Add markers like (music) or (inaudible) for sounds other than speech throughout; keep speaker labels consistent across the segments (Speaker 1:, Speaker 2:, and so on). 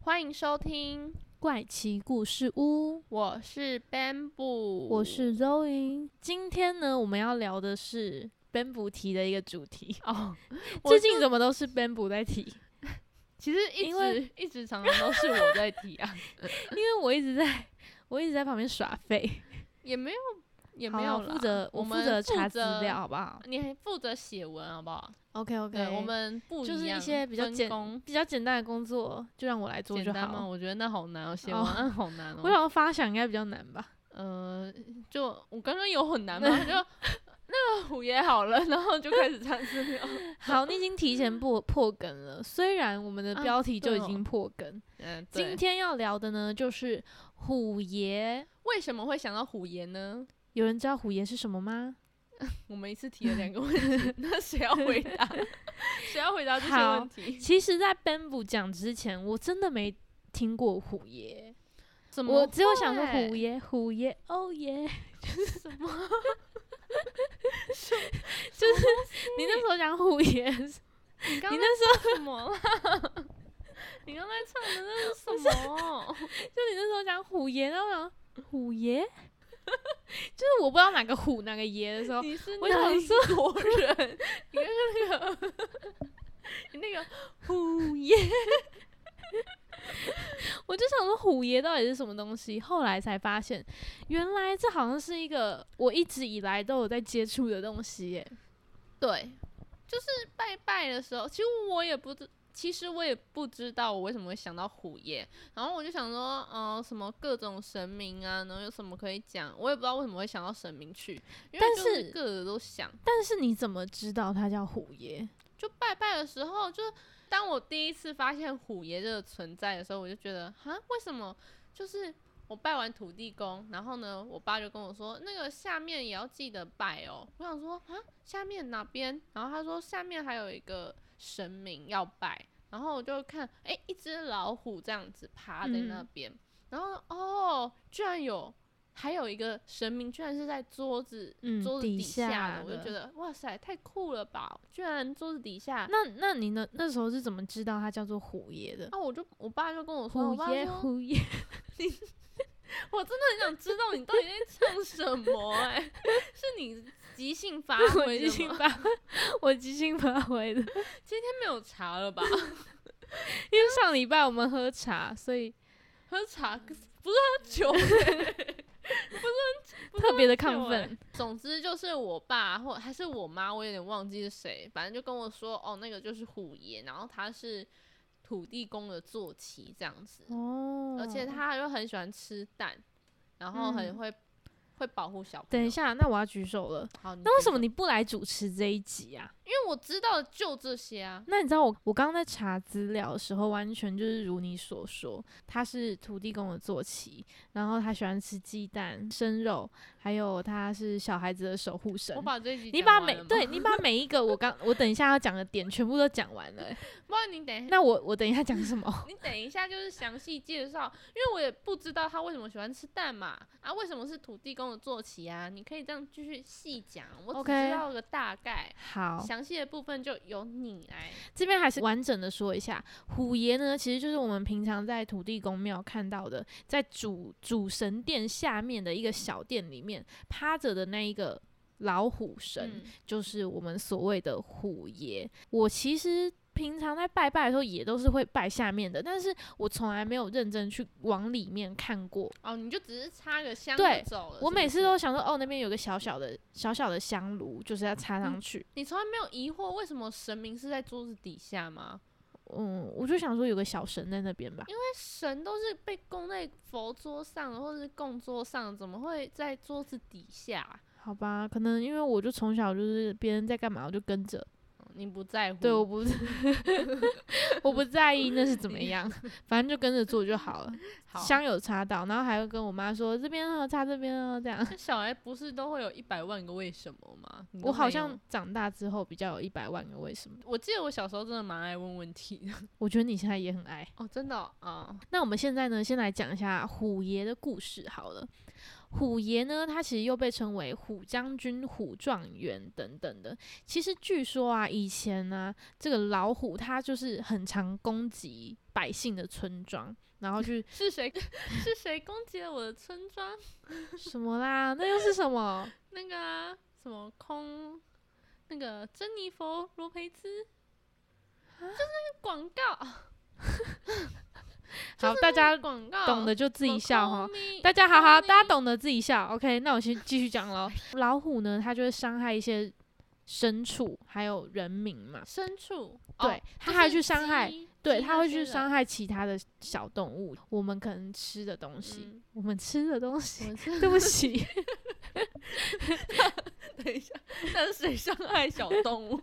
Speaker 1: 欢迎收听，
Speaker 2: 怪奇故事屋，
Speaker 1: 我是 Bamboo，
Speaker 2: 我是 Zoe。今天呢，我们要聊的是 Bamboo 提的一个主 (laughs) 题。
Speaker 1: 哦，我
Speaker 2: 最近怎么都是 Bamboo 在 (laughs) 提？
Speaker 1: 其实一
Speaker 2: 因为
Speaker 1: 直一直常常都是我在提啊， (laughs)
Speaker 2: 因为我一直在，我一直在旁边耍废，
Speaker 1: 也没有也
Speaker 2: 好
Speaker 1: 没
Speaker 2: 啦
Speaker 1: 有
Speaker 2: 我
Speaker 1: 啦
Speaker 2: 负责，
Speaker 1: 我
Speaker 2: 我负
Speaker 1: 们
Speaker 2: 责查
Speaker 1: 负
Speaker 2: 资
Speaker 1: 责
Speaker 2: 料，好不好
Speaker 1: 你还负责写文好不好？
Speaker 2: ？OK
Speaker 1: 对，
Speaker 2: OK，
Speaker 1: 我们不
Speaker 2: 就是
Speaker 1: 样
Speaker 2: 一些比较
Speaker 1: 分
Speaker 2: 简
Speaker 1: 工
Speaker 2: 比较简单的工作，就让我来做
Speaker 1: 简
Speaker 2: 就
Speaker 1: 单吗？
Speaker 2: 好。
Speaker 1: 我觉 (laughs) 得那好难哦，写
Speaker 2: 哦
Speaker 1: 文案好难
Speaker 2: 我
Speaker 1: 哦。
Speaker 2: 想要发想应该比较难 (laughs) 吧？
Speaker 1: 呃，就我刚刚有很
Speaker 2: (laughs)
Speaker 1: 难吗？就那个虎也好了，然后就开始唱资料。 (laughs)
Speaker 2: 好，你已经提前破破梗了，虽然我们的
Speaker 1: 啊
Speaker 2: 标题就
Speaker 1: 对
Speaker 2: 已
Speaker 1: 哦
Speaker 2: 经破梗。
Speaker 1: 嗯，对
Speaker 2: 今天要聊的呢，就是虎爷。
Speaker 1: 为什么会想到虎爷呢？
Speaker 2: 有人知道虎爷是什么吗？
Speaker 1: 我们一次提了两个问题，那谁要回 (laughs) 答？谁要回答这些
Speaker 2: 好
Speaker 1: 问题？
Speaker 2: 其实，在 Bamboo 讲之前，我真的没听过虎爷，
Speaker 1: 怎么
Speaker 2: 我只有想说
Speaker 1: 会
Speaker 2: 虎爷，虎爷，哦耶， (laughs) (laughs) 就是什么？就是你那时候讲虎爷， (laughs) 你
Speaker 1: 你刚
Speaker 2: 那时候
Speaker 1: 候什么 (laughs) 啦？你刚才唱的那是什么？
Speaker 2: 就你那时候讲虎爷，然后我想说虎爷， (laughs) 就是我不知道哪个虎哪个爷的时候，
Speaker 1: (laughs) 你是
Speaker 2: 我想说
Speaker 1: 哪一国人？你刚刚那个，你那个
Speaker 2: 虎爷，我就想说虎爷到底是什么东西，后来才发现，原来这好像是一个我一直以来都有在接触的东西耶。
Speaker 1: 对，就是拜拜的时候，其实我也不知。其实我也不知道我为什么会想到虎爷，然后我就想说，嗯、什么各种神明啊，然后有什么可以讲，我也不知道为什么会想到神明去，因为
Speaker 2: 但
Speaker 1: 就是
Speaker 2: 是
Speaker 1: 各个都想，
Speaker 2: 但是你怎么知道它叫虎爷？
Speaker 1: 就拜拜的时候，就当我第一次发现虎爷这个存在的时候，我就觉得哈，为什么？就是我拜完土地公，然后呢，我爸就跟我说，那个下面也要记得拜哦。我想说啊，下面哪边？然后他说下面还有一个神明要拜，然后我就看，诶，一只老虎这样子趴在那
Speaker 2: 嗯
Speaker 1: 边，然后哦，居然有。还有一个神明，居然是在桌子、
Speaker 2: 嗯
Speaker 1: 桌子
Speaker 2: 底
Speaker 1: 底下
Speaker 2: 下
Speaker 1: 的，我就
Speaker 2: 的
Speaker 1: 觉得哇塞，太酷了吧！居然桌子底下
Speaker 2: 那那你呢？那时候是怎么知道它叫做虎爷的？
Speaker 1: 啊，我就我爸就跟我说，
Speaker 2: 虎
Speaker 1: 哦我爸
Speaker 2: 爷，
Speaker 1: 说，
Speaker 2: 虎爷，
Speaker 1: 我真的很想知道你到底在唱什么、欸，哎， (laughs) 是你即兴发
Speaker 2: (laughs) 我
Speaker 1: 挥
Speaker 2: 即
Speaker 1: 的
Speaker 2: 兴
Speaker 1: 吗？
Speaker 2: 发挥，我即兴发挥的。 (laughs)
Speaker 1: 今天没有茶了吧？
Speaker 2: 因为上礼拜我们喝茶，所以
Speaker 1: 喝茶不是喝酒、
Speaker 2: (laughs)
Speaker 1: 欸，不是喝不是
Speaker 2: 特别的
Speaker 1: 喝酒
Speaker 2: 亢
Speaker 1: 欸
Speaker 2: 奋。
Speaker 1: 总之就是我爸或还是我妈，我有点忘记是谁，反正就跟我说，哦，那个就是虎爷，然后他是土地公的坐骑这样子，
Speaker 2: 哦
Speaker 1: 而且他又很喜欢吃蛋，然后很
Speaker 2: 嗯
Speaker 1: 会、会保护小朋友。
Speaker 2: 等一，下，那我要举手了。
Speaker 1: 好，
Speaker 2: 那为什
Speaker 1: 你
Speaker 2: 么？你不来主持这一集啊？
Speaker 1: 因为我知道的就这些啊。
Speaker 2: 那你知道我我刚刚在查资料的时候，完全就是如你所说，他是土地公的坐骑，然后他喜欢吃鸡蛋、生肉，还有他是小孩子的守护神
Speaker 1: 我。把这一集
Speaker 2: 你
Speaker 1: 讲
Speaker 2: 把
Speaker 1: 完
Speaker 2: 每
Speaker 1: 了吗，
Speaker 2: 对你把每一个我刚我等一下要讲的点全部都讲完了欸、
Speaker 1: 不然你等一下，
Speaker 2: 那我我等一下讲什么？ (laughs)
Speaker 1: 你等一下就是详细介绍，因为我也不知道他为什么喜欢吃蛋嘛，啊，为什么是土地公的坐骑啊？你可以这样继续细讲，我只
Speaker 2: OK
Speaker 1: 知道个大概。
Speaker 2: 好，
Speaker 1: 详细的部分就由你来，
Speaker 2: 这边还是完整的说一下，虎爷呢，其实就是我们平常在土地公庙看到的，在主主神殿下面的一个小殿里面趴着的那一个老虎神，
Speaker 1: 嗯，
Speaker 2: 就是我们所谓的虎爷。我其实平常在拜拜的时候也都是会拜下面的，但是我从来没有认真去往里面看过。
Speaker 1: 哦，你就只是插个香
Speaker 2: 对
Speaker 1: 就走了。是不
Speaker 2: 我每次
Speaker 1: 是
Speaker 2: 都想说，哦，那边有个小小的小小的香炉，就是要插上去。
Speaker 1: 你从来没有疑惑为什么神明是在桌子底下吗？
Speaker 2: 嗯，我就想说有个小神在那边吧。
Speaker 1: 因为神都是被供在佛桌上的或者是供桌上的，怎么会在桌子底下啊？
Speaker 2: 好吧，可能因为我就从小就是别人在干嘛我就跟着，
Speaker 1: 你不在乎，
Speaker 2: 对，我不， (laughs) 我不在意那是怎么样，反正就跟着做就好了。
Speaker 1: 好。
Speaker 2: 香有插到，然后还会跟我妈说这边哦，插这边哦，这样。
Speaker 1: 那小孩不是都会有一百万个为什么吗？你都
Speaker 2: 我好
Speaker 1: 没有
Speaker 2: 像长大之后比较有一百万个为什么，
Speaker 1: 我记得我小时候真的蛮爱问问题
Speaker 2: (laughs)
Speaker 1: 的
Speaker 2: 我觉得你现在也很爱。
Speaker 1: 哦，真的啊、哦
Speaker 2: 那我们现在呢，先来讲一下虎爷的故事好了。虎爷呢，他其实又被称为虎将军、虎状元等等的。其实据说啊，以前呢、这个老虎它就是很常攻击百姓的村庄，然后
Speaker 1: (laughs)
Speaker 2: 去
Speaker 1: (laughs) 是谁是谁攻击了我的村庄？
Speaker 2: 什么啦？那又是什么？
Speaker 1: 那个啊，什么空，那个珍妮佛罗培兹，就是
Speaker 2: 啊
Speaker 1: 那个广告，
Speaker 2: 好，大家
Speaker 1: 广告
Speaker 2: 懂的就自
Speaker 1: 自
Speaker 2: 己笑哈。大家好好，大家懂得自己笑。OK，那我先继续讲喽。老虎呢，它就会伤害一些牲畜，还有人民嘛。
Speaker 1: 牲畜，
Speaker 2: 对
Speaker 1: 哦
Speaker 2: 它还去伤害，
Speaker 1: 就是鸡
Speaker 2: 对，
Speaker 1: 鸡
Speaker 2: 它
Speaker 1: 那
Speaker 2: 会
Speaker 1: 些
Speaker 2: 去
Speaker 1: 人 (laughs)
Speaker 2: 伤害其他的小动物，我们可能吃的东西，
Speaker 1: 嗯
Speaker 2: 我们吃的东
Speaker 1: 我
Speaker 2: 西。
Speaker 1: 们是
Speaker 2: 对不起，
Speaker 1: 等一下，那是谁伤害小动
Speaker 2: (laughs)
Speaker 1: 物？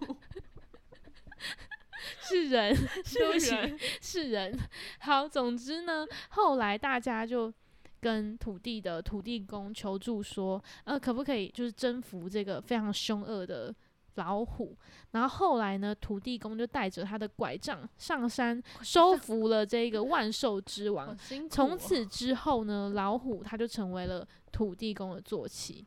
Speaker 2: 是人，对不
Speaker 1: 是人 (laughs)
Speaker 2: 起，是人。好，总之呢，后来大家就跟土地的土地公求助说，呃，可不可以就是征服这个非常凶恶的老虎？然后后来呢，土地公就带着他的拐杖上山，收服了这个万兽之王
Speaker 1: 好。辛苦
Speaker 2: 从
Speaker 1: 哦
Speaker 2: 此之后呢，老虎它就成为了土地公的坐骑。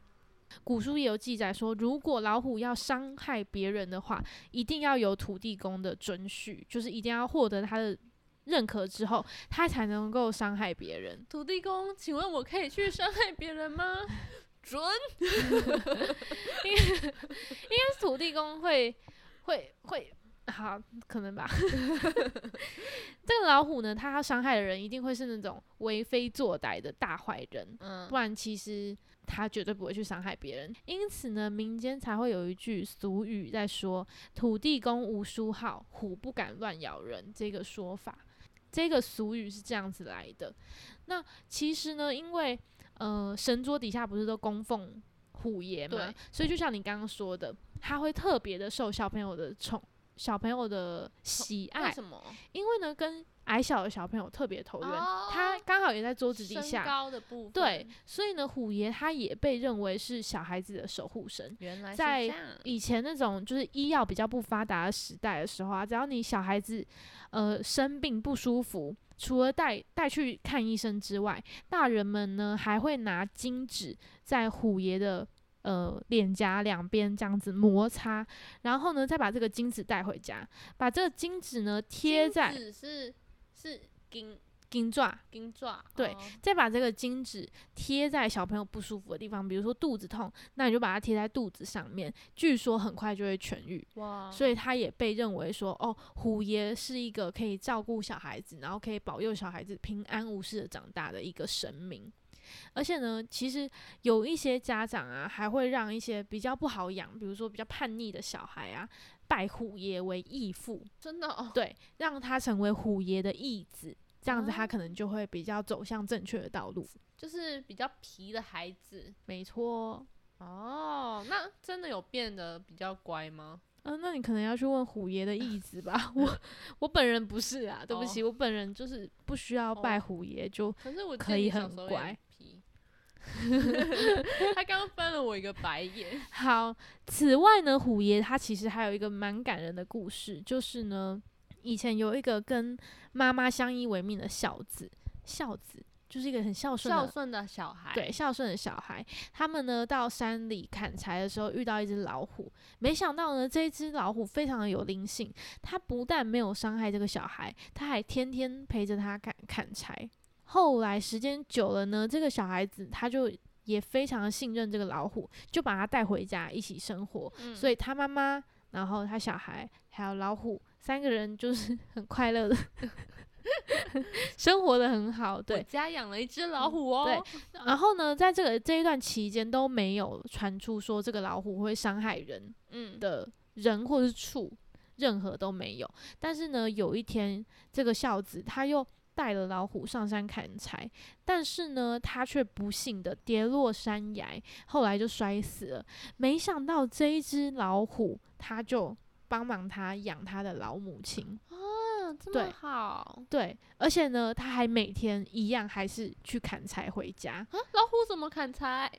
Speaker 2: 古书也有记载说，如果老虎要伤害别人的话，一定要有土地公的准许，就是一定要获得他的认可之后，他才能够伤害别人。
Speaker 1: 土地公，请问我可以去伤害别人
Speaker 2: (laughs)
Speaker 1: 吗？准，
Speaker 2: 但是土地公会会会，好，可能吧。 (laughs) 这个老虎呢，它要伤害的人一定会是那种为非作歹的大坏人。
Speaker 1: 嗯
Speaker 2: 不，然其实他绝对不会去伤害别人。因此呢，民间才会有一句俗语在说“土地公无书号，虎不敢乱咬人”这个说法。这个俗语是这样子来的。那其实呢，因为呃，神桌底下不是都供奉虎爷嘛
Speaker 1: 对，
Speaker 2: 所以就像你刚刚说的，他会特别的受小朋友的宠，小朋友的喜
Speaker 1: 为
Speaker 2: 爱，
Speaker 1: 什么？
Speaker 2: 因为呢，跟矮小的小朋友特别投缘，他
Speaker 1: 哦
Speaker 2: 刚好也在桌子底
Speaker 1: 身
Speaker 2: 下，
Speaker 1: 高的部分，
Speaker 2: 对，所以呢，虎爷他也被认为是小孩子的守护神。
Speaker 1: 原来是
Speaker 2: 在
Speaker 1: 这样。
Speaker 2: 以前那种就是医药比较不发达的时代的时候啊，只要你小孩子呃生病不舒服，除了带带去看医生之外，大人们呢还会拿金纸在虎爷的呃脸颊两边这样子摩擦，然后呢再把这个金纸带回家，把这个金纸呢贴
Speaker 1: 金
Speaker 2: 在
Speaker 1: 子是是金
Speaker 2: 金爪，
Speaker 1: 金爪，
Speaker 2: 对
Speaker 1: 哦
Speaker 2: 再把这个金纸贴在小朋友不舒服的地方，比如说肚子痛，那你就把它贴在肚子上面，据说很快就会痊愈。
Speaker 1: 哇，
Speaker 2: 所以它也被认为说，哦，虎爷是一个可以照顾小孩子，然后可以保佑小孩子平安无事的长大的一个神明。而且呢，其实有一些家长啊，还会让一些比较不好养，比如说比较叛逆的小孩啊，拜虎爷为义父，
Speaker 1: 真的哦，
Speaker 2: 对，让他成为虎爷的义子，这样子他
Speaker 1: 哦
Speaker 2: 可能就会比较走向正确的道路。
Speaker 1: 就是比较皮的孩子
Speaker 2: 没错，
Speaker 1: 哦。那真的有变得比较乖吗？
Speaker 2: 嗯、那你可能要去问虎爷的意思
Speaker 1: (laughs)
Speaker 2: 吧。我我本人不是啊，对不
Speaker 1: 哦
Speaker 2: 起，我本人就是不需要拜虎爷，就
Speaker 1: 可是我记
Speaker 2: 可
Speaker 1: 得
Speaker 2: 以
Speaker 1: 你小
Speaker 2: 很
Speaker 1: 时候也
Speaker 2: 乖
Speaker 1: 皮。 (laughs) 他刚刚翻了我一个白眼，
Speaker 2: (laughs) 好。此外呢，虎爷他其实还有一个蛮感人的故事，就是呢，以前有一个跟妈妈相依为命的孝子，孝子就是一个很孝顺
Speaker 1: 孝
Speaker 2: 的
Speaker 1: 顺的小孩，
Speaker 2: 对，孝顺的小孩，他们呢到山里砍柴的时候遇到一只老虎，没想到呢这一只老虎非常的有灵性，它不但没有伤害这个小孩，它还天天陪着他砍砍柴。后来时间久了呢，这个小孩子他就也非常信任这个老虎，就把它带回家一起生活。
Speaker 1: 嗯，
Speaker 2: 所以他妈妈，然后他小孩，还有老虎，三个人就是 (laughs) 很快乐的生活的很好。对嗯
Speaker 1: 我，家养了一只老虎哦，
Speaker 2: 对然后呢，在这个这一段期间都没有传出说这个老虎会伤害人
Speaker 1: 嗯，
Speaker 2: 的人或是畜，任何都没有。但是呢，有一天这个孝子他又带了老虎上山砍柴，但是呢，他却不幸的跌落山崖，后来就摔死了。没想到这一只老虎，它就帮忙他养他的老母亲。
Speaker 1: 嗯，这
Speaker 2: 对
Speaker 1: 么好
Speaker 2: 对，而且呢，他还每天一样还是去砍柴回家，
Speaker 1: 啊！老虎怎么砍 (laughs) 柴？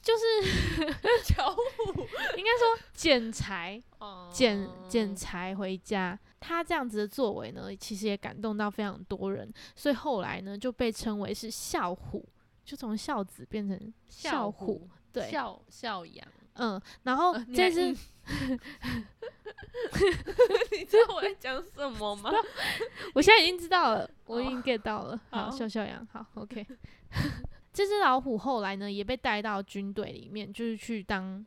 Speaker 2: 就是
Speaker 1: 巧虎
Speaker 2: 应该说捡柴、
Speaker 1: 哦
Speaker 2: 捡捡柴回家。他这样子的作为呢，其实也感动到非常多人，所以后来呢就被称为是孝虎，就从孝子变成
Speaker 1: 孝
Speaker 2: 虎。
Speaker 1: 虎，
Speaker 2: 对，
Speaker 1: 孝孝养。
Speaker 2: 嗯，然后
Speaker 1: 呃你
Speaker 2: 这
Speaker 1: 还 (laughs)
Speaker 2: 只
Speaker 1: 硬你知道我在讲什么吗？
Speaker 2: 我现在已经知道了，我已
Speaker 1: 哦
Speaker 2: 经 get
Speaker 1: (laughs)
Speaker 2: 到了。好，
Speaker 1: 好
Speaker 2: 笑笑羊，好，OK。这只老虎后来呢，也被带到军队里面，就是去当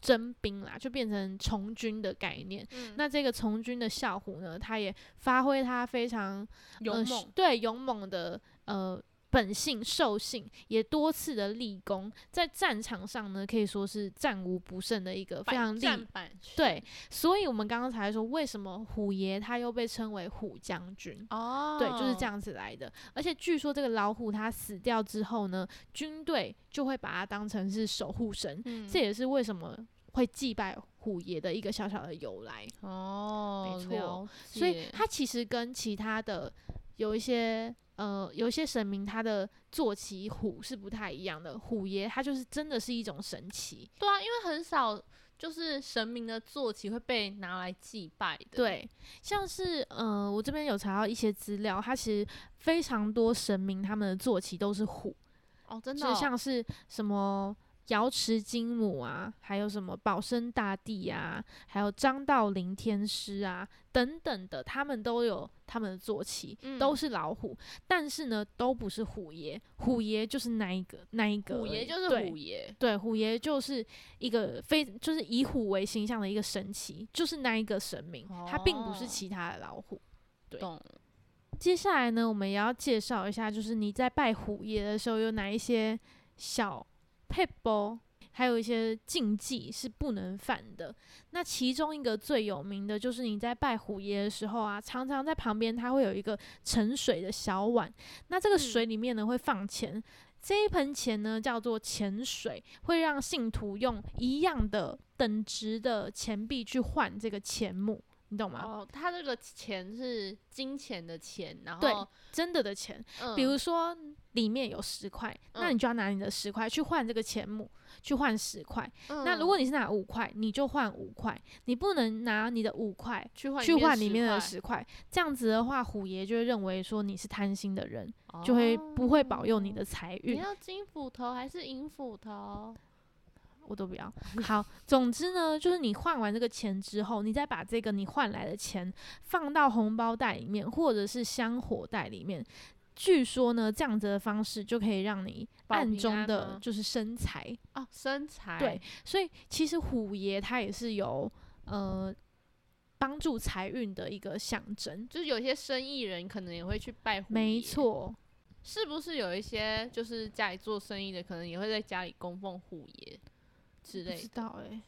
Speaker 2: 征兵啦，就变成从军的概念。
Speaker 1: 嗯
Speaker 2: 那这个从军的校虎呢，它也发挥它非常呃
Speaker 1: 勇
Speaker 2: 是
Speaker 1: 猛，
Speaker 2: 对勇猛的呃本性兽性，也多次的立功，在战场上呢，可以说是战无不胜的一个非
Speaker 1: 百
Speaker 2: 常厉
Speaker 1: 战百胜
Speaker 2: 对，所以我们刚刚才说，为什么虎爷他又被称为虎将军？
Speaker 1: 哦，
Speaker 2: 对，就是这。样子来的。而且据说这个老虎它死掉之后呢，军队就会把它当成是守护神，
Speaker 1: 嗯
Speaker 2: 这也是为什么会祭拜虎爷的一个小小的由来。
Speaker 1: 哦，
Speaker 2: 没错
Speaker 1: 了
Speaker 2: 所以
Speaker 1: 解
Speaker 2: 它其实跟其他的有一些呃有一些神明，它的坐骑虎是不太一样的。虎爷它就是真的是一种神奇，
Speaker 1: 对啊，因为很少就是神明的坐骑会被拿来祭拜的。，
Speaker 2: 对，像是呃，我这边有查到一些资料，它其实非常多神明他们的坐骑都是虎，
Speaker 1: 哦，真的
Speaker 2: 就
Speaker 1: 哦、
Speaker 2: 是像是什么瑶池金母啊，还有什么保生大帝啊，还有张道陵天师啊等等的，他们都有他们的坐骑，都
Speaker 1: 嗯
Speaker 2: 是老虎，但是呢，都不是虎爷，虎爷就是那一个那一个而已，
Speaker 1: 虎爷就是
Speaker 2: 对
Speaker 1: 虎爷，
Speaker 2: 对，虎爷就是一个非就是以虎为形象的一个神奇，就是那一个神明，它并不是
Speaker 1: 哦
Speaker 2: 其他的老虎。对
Speaker 1: 懂？
Speaker 2: 接下来呢，我们也要介绍一下，就是你在拜虎爷的时候有哪一些小 p e b 还有一些禁忌是不能犯的。那其中一个最有名的就是你在拜虎爷的时候啊，常常在旁边它会有一个盛水的小碗，那这个
Speaker 1: 嗯
Speaker 2: 水里面呢会放钱。这一盆钱呢叫做钱水，会让信徒用一样的等值的钱币去换这个钱母，你懂吗？
Speaker 1: 哦，他这个钱是金钱的钱，然
Speaker 2: 对
Speaker 1: 后
Speaker 2: 真的的钱，
Speaker 1: 嗯，
Speaker 2: 比如说里面有十块，那
Speaker 1: 嗯
Speaker 2: 你就要拿你的十块去换这个钱母，去换十块。那
Speaker 1: 嗯
Speaker 2: 如果你是拿五块，你就换五块，你不能拿你的五块
Speaker 1: 去换
Speaker 2: 去换里面的
Speaker 1: 10
Speaker 2: 十块。这样子的话，虎爷就会认为说你是贪心的人，
Speaker 1: 块
Speaker 2: 就会不会保佑你
Speaker 1: 哦
Speaker 2: 的财
Speaker 1: 你
Speaker 2: 运。
Speaker 1: 要金斧头还是银斧头？
Speaker 2: 我都不要。 (laughs) 好，总之呢，就是你换完这个钱之后，你再把这个你换来的钱放到红包袋里面，或者是香火袋里面。据说呢，这样子的方式就可以让你
Speaker 1: 保
Speaker 2: 暗
Speaker 1: 平
Speaker 2: 中
Speaker 1: 安
Speaker 2: 的
Speaker 1: 吗
Speaker 2: 就是生财。
Speaker 1: 哦，身材
Speaker 2: 对，所以其实虎爷他也是有呃帮助财运的一个象征。
Speaker 1: 就是有些生意人可能也会去拜虎。
Speaker 2: 没，错，
Speaker 1: 是不是有一些就是家里做生意的，可能也会在家里供奉虎爷之
Speaker 2: 不
Speaker 1: 类
Speaker 2: 知
Speaker 1: 的？
Speaker 2: 道诶、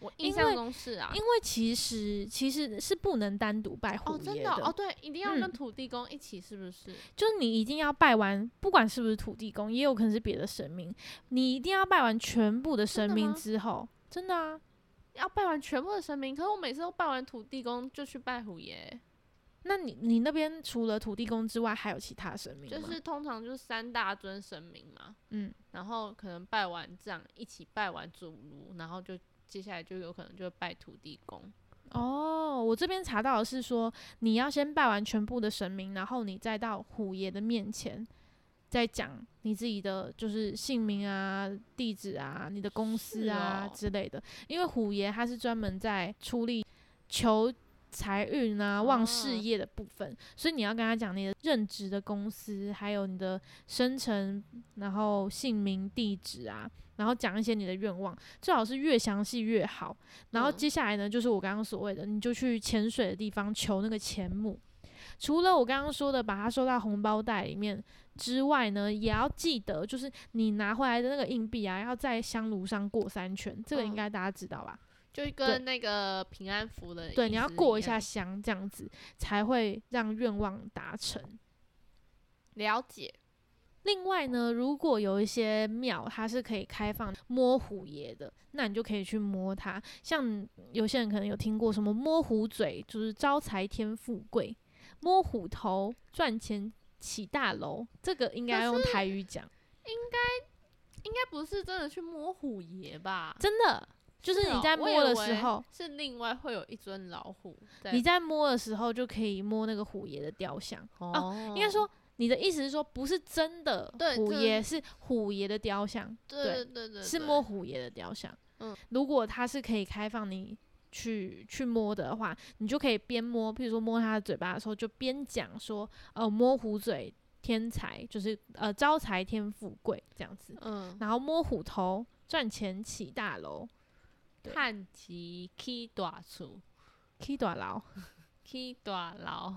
Speaker 1: 我
Speaker 2: 因
Speaker 1: 印
Speaker 2: 为
Speaker 1: 象中是啊
Speaker 2: 因，为其实其实是不能单独拜虎
Speaker 1: 哦，
Speaker 2: 爷
Speaker 1: 真的哦哦，对，一定要
Speaker 2: 嗯
Speaker 1: 跟土地公一起，是不是？
Speaker 2: 就是你一定要拜完，不管是不是土地公，也有可能是别的神明，你一定要拜完全部的神
Speaker 1: 真的
Speaker 2: 明
Speaker 1: 吗
Speaker 2: 之后，真的啊。
Speaker 1: 要拜完全部的神明，可是我每次都拜完土地公就去拜虎爷，
Speaker 2: 那你你那边除了土地公之外，还有其他神明吗？
Speaker 1: 就是通常就是三大尊神明嘛，
Speaker 2: 嗯，
Speaker 1: 然后可能拜完这样一起拜完主炉，然后就接下来就有可能就会拜土地公。
Speaker 2: 哦，我这边查到的是说，你要先拜完全部的神明，然后你再到虎爷的面前，再讲你自己的就是姓名啊、地址啊、你的公司
Speaker 1: 是
Speaker 2: 啊、
Speaker 1: 哦
Speaker 2: 之类的，因为虎爷他是专门在出力求财运啊、旺事
Speaker 1: 哦
Speaker 2: 业的部分，所以你要跟他讲你的任职的公司，还有你的生辰，然后姓名、地址啊，然后讲一些你的愿望，最好是越详细越好。然后
Speaker 1: 嗯
Speaker 2: 接下来呢，就是我刚刚所谓的，你就去潜水的地方求那个钱母。除了我刚刚说的把它收到红包袋里面之外呢，也要记得，就是你拿回来的那个硬币啊，要在香炉上过三圈，这个
Speaker 1: 嗯
Speaker 2: 应该大家知道吧？
Speaker 1: 就跟那个平安符的
Speaker 2: 对，
Speaker 1: 意
Speaker 2: 你要
Speaker 1: 思
Speaker 2: 过一
Speaker 1: 样
Speaker 2: 下香，这样子才会让愿望达成。
Speaker 1: 了解。
Speaker 2: 另外呢，如果有一些庙它是可以开放摸虎爷的，那你就可以去摸它。像有些人可能有听过什么摸虎嘴，就是招财添富贵；摸虎头赚钱起大楼，这个应该
Speaker 1: 可
Speaker 2: 用
Speaker 1: 是
Speaker 2: 台语讲，啊
Speaker 1: 应该不是真的去摸虎爷吧？
Speaker 2: 真的就是
Speaker 1: 哦
Speaker 2: 你在
Speaker 1: 我
Speaker 2: 摸的
Speaker 1: 以
Speaker 2: 时
Speaker 1: 为
Speaker 2: 候，
Speaker 1: 是另外会有一尊老虎在。
Speaker 2: 你在摸的时候就可以摸那个虎爷的雕像。
Speaker 1: 哦
Speaker 2: 应该说，你的意思是说，不是真的
Speaker 1: 对
Speaker 2: 虎
Speaker 1: 这
Speaker 2: 爷，是虎爷的雕像，
Speaker 1: 对对
Speaker 2: 对
Speaker 1: 对对，
Speaker 2: 是
Speaker 1: 对
Speaker 2: 摸虎爷的雕像。
Speaker 1: 嗯，
Speaker 2: 如果它是可以开放你去去摸的话，你就可以边摸，譬如说摸它的嘴巴的时候，就边讲说，呃，摸虎嘴天才，就是呃招财添富贵这样子，
Speaker 1: (laughs) 嗯，
Speaker 2: 然后摸虎头赚钱起大楼对
Speaker 1: 探吉起大厝，
Speaker 2: ，K 短牢。
Speaker 1: 起大牢，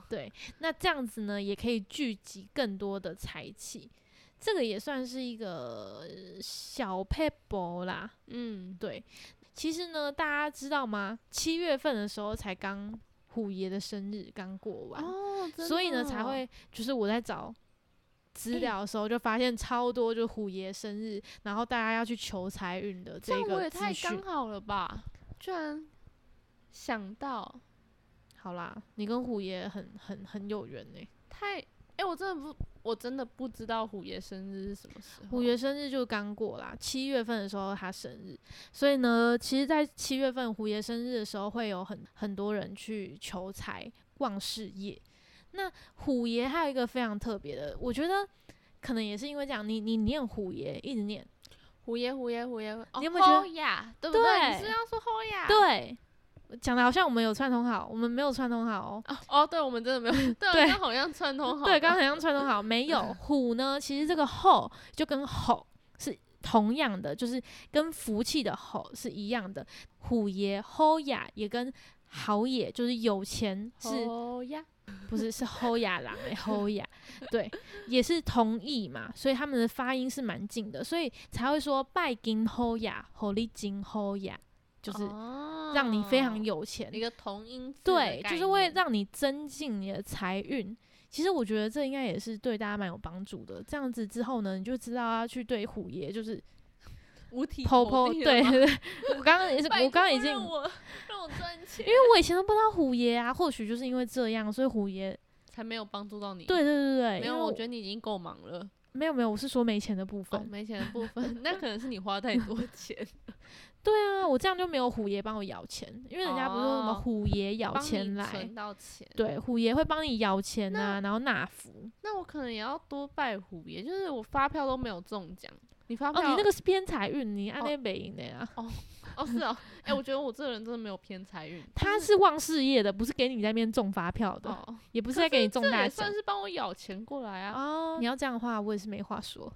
Speaker 2: 那这样子呢，也可以聚集更多的财气，这个也算是一个呃小 p e 啦。
Speaker 1: 嗯，
Speaker 2: 对，其实呢，大家知道吗？七月份的时候才刚虎爷的生日刚过完，
Speaker 1: 哦，真
Speaker 2: 所以
Speaker 1: 的
Speaker 2: 呢才
Speaker 1: 哦
Speaker 2: 会就是我在找。资
Speaker 1: 哎
Speaker 2: 料的时候就发现超多，就虎爷生日，然后大家要去求财运的
Speaker 1: 这样我
Speaker 2: 个
Speaker 1: 也
Speaker 2: 资
Speaker 1: 太
Speaker 2: 讯
Speaker 1: 刚。好了吧？居然想到，
Speaker 2: 好啦，你跟虎爷很很很有缘呢、
Speaker 1: 太，哎、我真的不，我真的不知道虎爷生日是什么时候。
Speaker 2: 虎爷生日就刚过啦，七月份的时候他生日，所以呢，其实，在七月份虎爷生日的时候，会有很很多人去求财旺事业。那虎爷还有一个非常特别的，我觉得可能也是因为这样，你你念虎爷一直念，
Speaker 1: 虎爷，虎爷，虎爷，哦、
Speaker 2: 你有没有觉得
Speaker 1: 吼呀？对不对？你是
Speaker 2: 对
Speaker 1: 要说吼呀？
Speaker 2: 对，啊讲的好像我们有串通好，我们没有串通好哦。
Speaker 1: 哦，哦，对，我们真的没有， (laughs) 对，
Speaker 2: 对
Speaker 1: 刚刚好像串通好了，
Speaker 2: 对，刚刚好像串通好，没有虎呢。其实这个吼就跟吼是同样的，就是跟福气的吼是一样的。虎爷吼雅也跟好野就是有钱是、
Speaker 1: 吼呀，
Speaker 2: 不是是吼雅郎哎、吼雅对也是同义嘛，所以他们的发音是蛮近的，所以才会说拜金吼雅，吼利金吼雅，就是让你非常
Speaker 1: 哦
Speaker 2: 有钱。
Speaker 1: 一个同音字的
Speaker 2: 对，就
Speaker 1: 概
Speaker 2: 是会
Speaker 1: 念
Speaker 2: 让你增进你的财运。其实我觉得这应该也是对大家蛮有帮助的。这样子之后呢，你就知道要去对虎爷就是
Speaker 1: 五体
Speaker 2: 剖
Speaker 1: 投
Speaker 2: 剖。
Speaker 1: 地了
Speaker 2: 对
Speaker 1: 吗，
Speaker 2: 对，我 (laughs) 刚刚也
Speaker 1: (laughs)
Speaker 2: 是，
Speaker 1: 拜
Speaker 2: 我刚刚
Speaker 1: 托
Speaker 2: 已经，
Speaker 1: 让我让我赚钱
Speaker 2: 因，为我以前都不知道虎爷啊，或许就是因为这样，所以虎爷，
Speaker 1: 才没有帮助到你。
Speaker 2: 对对对对，
Speaker 1: 没
Speaker 2: 因
Speaker 1: 有，
Speaker 2: 为
Speaker 1: 我觉得你已经够忙了。
Speaker 2: 没有没有，我是说没钱的部
Speaker 1: 哦，
Speaker 2: 分。
Speaker 1: 没钱的部分，那可能是你花太多
Speaker 2: (laughs)
Speaker 1: 钱，
Speaker 2: 对啊，我这样就没有虎爷帮我摇钱，因为人家不是说什么
Speaker 1: 哦
Speaker 2: 虎爷摇
Speaker 1: 帮
Speaker 2: 钱
Speaker 1: 你
Speaker 2: 来
Speaker 1: 存，到钱。
Speaker 2: 对，虎爷会帮你摇钱啊，然后纳福。
Speaker 1: 那我可能也要多拜虎爷，就是我发票都没有中奖。你发
Speaker 2: 哦，
Speaker 1: 票
Speaker 2: 你那个是偏财运，你按
Speaker 1: 哦
Speaker 2: 那北赢的呀。
Speaker 1: 哦是哦，哎、我觉得我这个人真的没有偏财运。
Speaker 2: 他
Speaker 1: 就是
Speaker 2: 旺事业的，不是给你在那边中发票的，
Speaker 1: 嗯哦，
Speaker 2: 也不是
Speaker 1: 可
Speaker 2: 在给你中
Speaker 1: 这也
Speaker 2: 大奖
Speaker 1: 算。是帮我咬钱过来啊。
Speaker 2: 哦，你要这样的话，我也是没话说。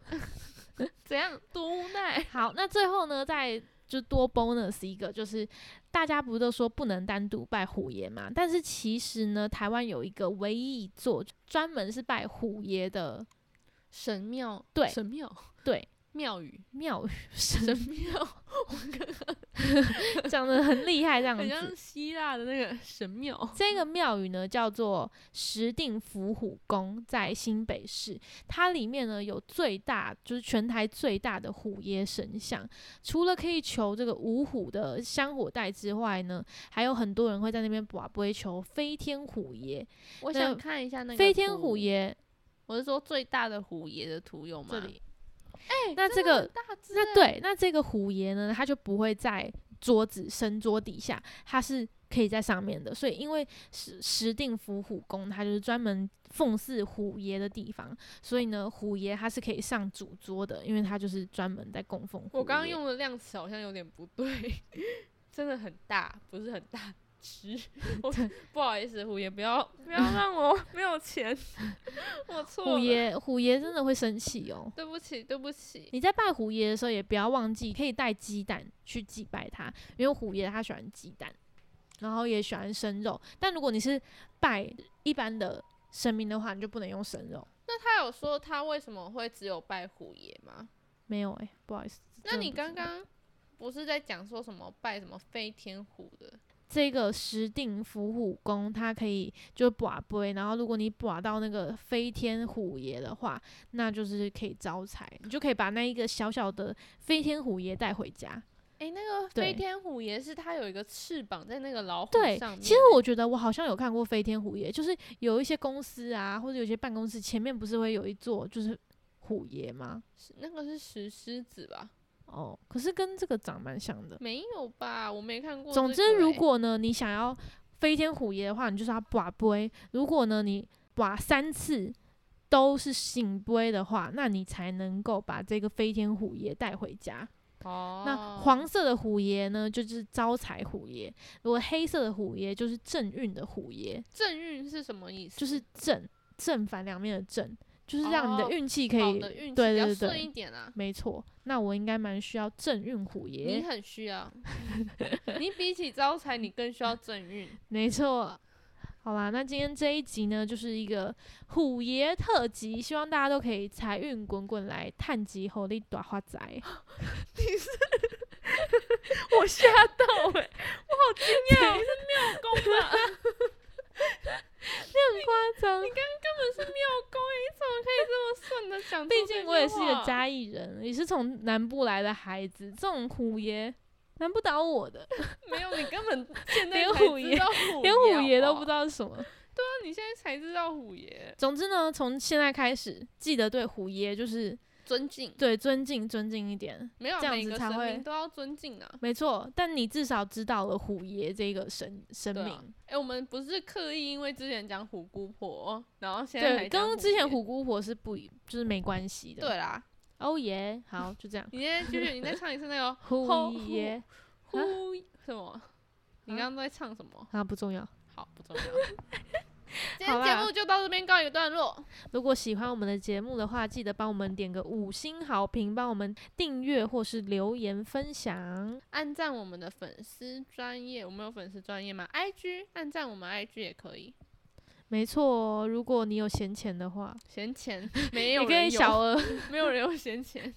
Speaker 1: 怎样多无
Speaker 2: (laughs)
Speaker 1: 奈？
Speaker 2: 好，那最后呢，再就多 bonus 一个，就是大家不都说不能单独拜虎爷嘛？但是其实呢，台湾有一个唯一一座专门是拜虎爷的
Speaker 1: 神庙
Speaker 2: 对
Speaker 1: 神庙
Speaker 2: 对
Speaker 1: 庙
Speaker 2: (laughs)
Speaker 1: 宇
Speaker 2: 庙宇，
Speaker 1: 神庙，
Speaker 2: 讲的很厉害这样
Speaker 1: 很
Speaker 2: 子
Speaker 1: 像。希腊的那个神庙。
Speaker 2: 这个庙宇呢叫做石定伏虎宫，在新北市。它里面呢有最大，就是全台最大的虎爷神像。除了可以求这个五虎的香火袋之外呢，还有很多人会在那边把不会求飞天虎爷。
Speaker 1: 我
Speaker 2: 那
Speaker 1: 想看一下那个
Speaker 2: 飞天虎
Speaker 1: 图，
Speaker 2: 爷
Speaker 1: 我是说最大的虎爷的图有吗？
Speaker 2: 这里，哎、那这个
Speaker 1: 很大只欸
Speaker 2: 那对，那这个虎爷呢，他就不会在桌子深桌底下，他是可以在上面的。所以因为石石定府虎宫，它就是专门奉祀虎爷的地方，所以呢，虎爷他是可以上主桌的，因为他就是专门在供奉虎爷。
Speaker 1: 我刚刚用的量词好像有点不对， (laughs) 真的很大，不是很大
Speaker 2: (laughs)
Speaker 1: 只。我不好意思，虎爷，不要不要让我没有钱， (laughs) 我错
Speaker 2: 虎
Speaker 1: 了，
Speaker 2: 爷，虎爷真的会生气哦。
Speaker 1: 对不起，对不起。
Speaker 2: 你在拜虎爷的时候，也不要忘记可以带鸡蛋去祭拜他，因为虎爷他喜欢鸡蛋，然后也喜欢生肉。但如果你是拜一般的神明的话，你就不能用生肉。
Speaker 1: 那他有说他为什么会只有拜虎爷吗？
Speaker 2: 没有哎、不好意思。
Speaker 1: 那
Speaker 2: 真的
Speaker 1: 你
Speaker 2: 不知道
Speaker 1: 刚刚不是在讲说什么拜什么飞天虎的？
Speaker 2: 这个石定伏虎功，它可以就把杯，然后如果你把到那个飞天虎爷的话，那就是可以招财，你就可以把那一个小小的飞天虎爷带回家。
Speaker 1: 哎、那个
Speaker 2: 对
Speaker 1: 飞天虎爷是它有一个翅膀在那个老虎
Speaker 2: 对
Speaker 1: 上面，，
Speaker 2: 其实我觉得我好像有看过飞天虎爷，就是有一些公司啊，或者有些办公室前面不是会有一座就是虎爷吗？
Speaker 1: 是那个是石狮子吧？
Speaker 2: 哦，可是跟这个长蛮像的。
Speaker 1: 没有吧？我没看过这个欸、
Speaker 2: 总之，如果呢你想要飞天虎爷的话，你就是要把杯。如果呢你把三次都是醒杯的话，那你才能够把这个飞天虎爷带回家。
Speaker 1: 哦，
Speaker 2: 那黄色的虎爷呢，就是招财虎爷；如果黑色的虎爷，就是正运的虎爷，
Speaker 1: 正运是什么意思？
Speaker 2: 就是正正反两面的正，就是让你
Speaker 1: 哦
Speaker 2: 的运气可
Speaker 1: 好
Speaker 2: 以。
Speaker 1: 的运气
Speaker 2: 对
Speaker 1: 比较
Speaker 2: 对对
Speaker 1: 顺一点啊。
Speaker 2: 没错，那我应该蛮需要正运虎
Speaker 1: 你
Speaker 2: 爷。
Speaker 1: 很需要，你比起招财，你更需要正
Speaker 2: (laughs)
Speaker 1: 运。
Speaker 2: 没错。好啦，那今天这一集呢，就是一个虎爷特辑，希望大家都可以财运滚滚来，探及猴力短花仔。 (laughs)
Speaker 1: 我吓到哎、我好惊讶，我是妙公
Speaker 2: 啊
Speaker 1: (laughs) 吧？
Speaker 2: 夸张，
Speaker 1: 根本是妙公哎、你怎么可以这么顺的
Speaker 2: (laughs)
Speaker 1: 讲出
Speaker 2: 毕
Speaker 1: 这
Speaker 2: 竟
Speaker 1: 句
Speaker 2: 我也是一个
Speaker 1: 话
Speaker 2: 嘉义人，也是从南部来的孩子，这种虎爷难不倒我的，
Speaker 1: 没有，你根
Speaker 2: (laughs)
Speaker 1: 本现在
Speaker 2: 连
Speaker 1: 才
Speaker 2: 虎
Speaker 1: 知
Speaker 2: 爷 (laughs)
Speaker 1: 道虎
Speaker 2: 连虎爷都不知
Speaker 1: 道。
Speaker 2: 道是
Speaker 1: (laughs)
Speaker 2: 什么。
Speaker 1: 那你现在才知道虎爷，
Speaker 2: 总之呢，从现在开始，记得对虎爷就是
Speaker 1: 尊敬
Speaker 2: 对尊敬尊敬一点，
Speaker 1: 没有
Speaker 2: 这样
Speaker 1: 每
Speaker 2: 子
Speaker 1: 个
Speaker 2: 才
Speaker 1: 神
Speaker 2: 会
Speaker 1: 明都要尊敬啊。
Speaker 2: 没错。但你至少知道了虎爷这个神神
Speaker 1: 对啊
Speaker 2: 明，
Speaker 1: 哎、我们不是刻意因为之前讲虎姑婆，然后现在
Speaker 2: 对，
Speaker 1: 还
Speaker 2: 跟
Speaker 1: 讲
Speaker 2: 之前
Speaker 1: 爷
Speaker 2: 虎姑婆是不一，就是没关系的。
Speaker 1: 对，啦。。
Speaker 2: 哦耶，好，就这样
Speaker 1: (laughs) 你现在继续，你再唱一次那
Speaker 2: (laughs)
Speaker 1: 个
Speaker 2: 啊虎爷
Speaker 1: 呼什么？
Speaker 2: 啊
Speaker 1: 你刚刚在唱什么？
Speaker 2: 啊，不重要。
Speaker 1: 好，不
Speaker 2: (laughs)
Speaker 1: 重要。今天节目就到这边告一个段落。
Speaker 2: 如果喜欢我们的节目的话，记得帮我们点个五星好评，帮我们订阅或是留言分享。
Speaker 1: 按赞我们的粉丝专业，我们有粉丝专业吗？IG 按赞我们 IG 也可以，
Speaker 2: 没错哦、如果你有闲钱的话，
Speaker 1: 闲钱没
Speaker 2: 也
Speaker 1: 有
Speaker 2: 可以
Speaker 1: 人
Speaker 2: 小
Speaker 1: 有，
Speaker 2: 额。
Speaker 1: (laughs) 没有人有闲钱。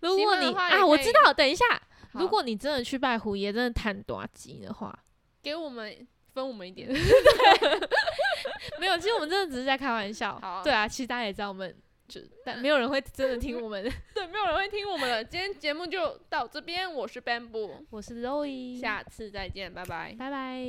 Speaker 2: 如果
Speaker 1: 喜欢
Speaker 2: 你
Speaker 1: 的话也可
Speaker 2: 啊，
Speaker 1: 以
Speaker 2: 我知道，等一下，
Speaker 1: 好
Speaker 2: 如果你真的去拜虎爷，真的探短集的话，
Speaker 1: 给我们分我们一点， (laughs)
Speaker 2: 没有，其实我们真的只是在开玩笑
Speaker 1: 好。
Speaker 2: 对啊，其实大家也知道我们。就但没有人会真的听我们的。
Speaker 1: 对，没有人会听我们的。今天节目 (laughs) 就到这边，我是 Bamboo，
Speaker 2: 嗯我是 Zoe，
Speaker 1: 下次再见，拜拜。
Speaker 2: 拜拜。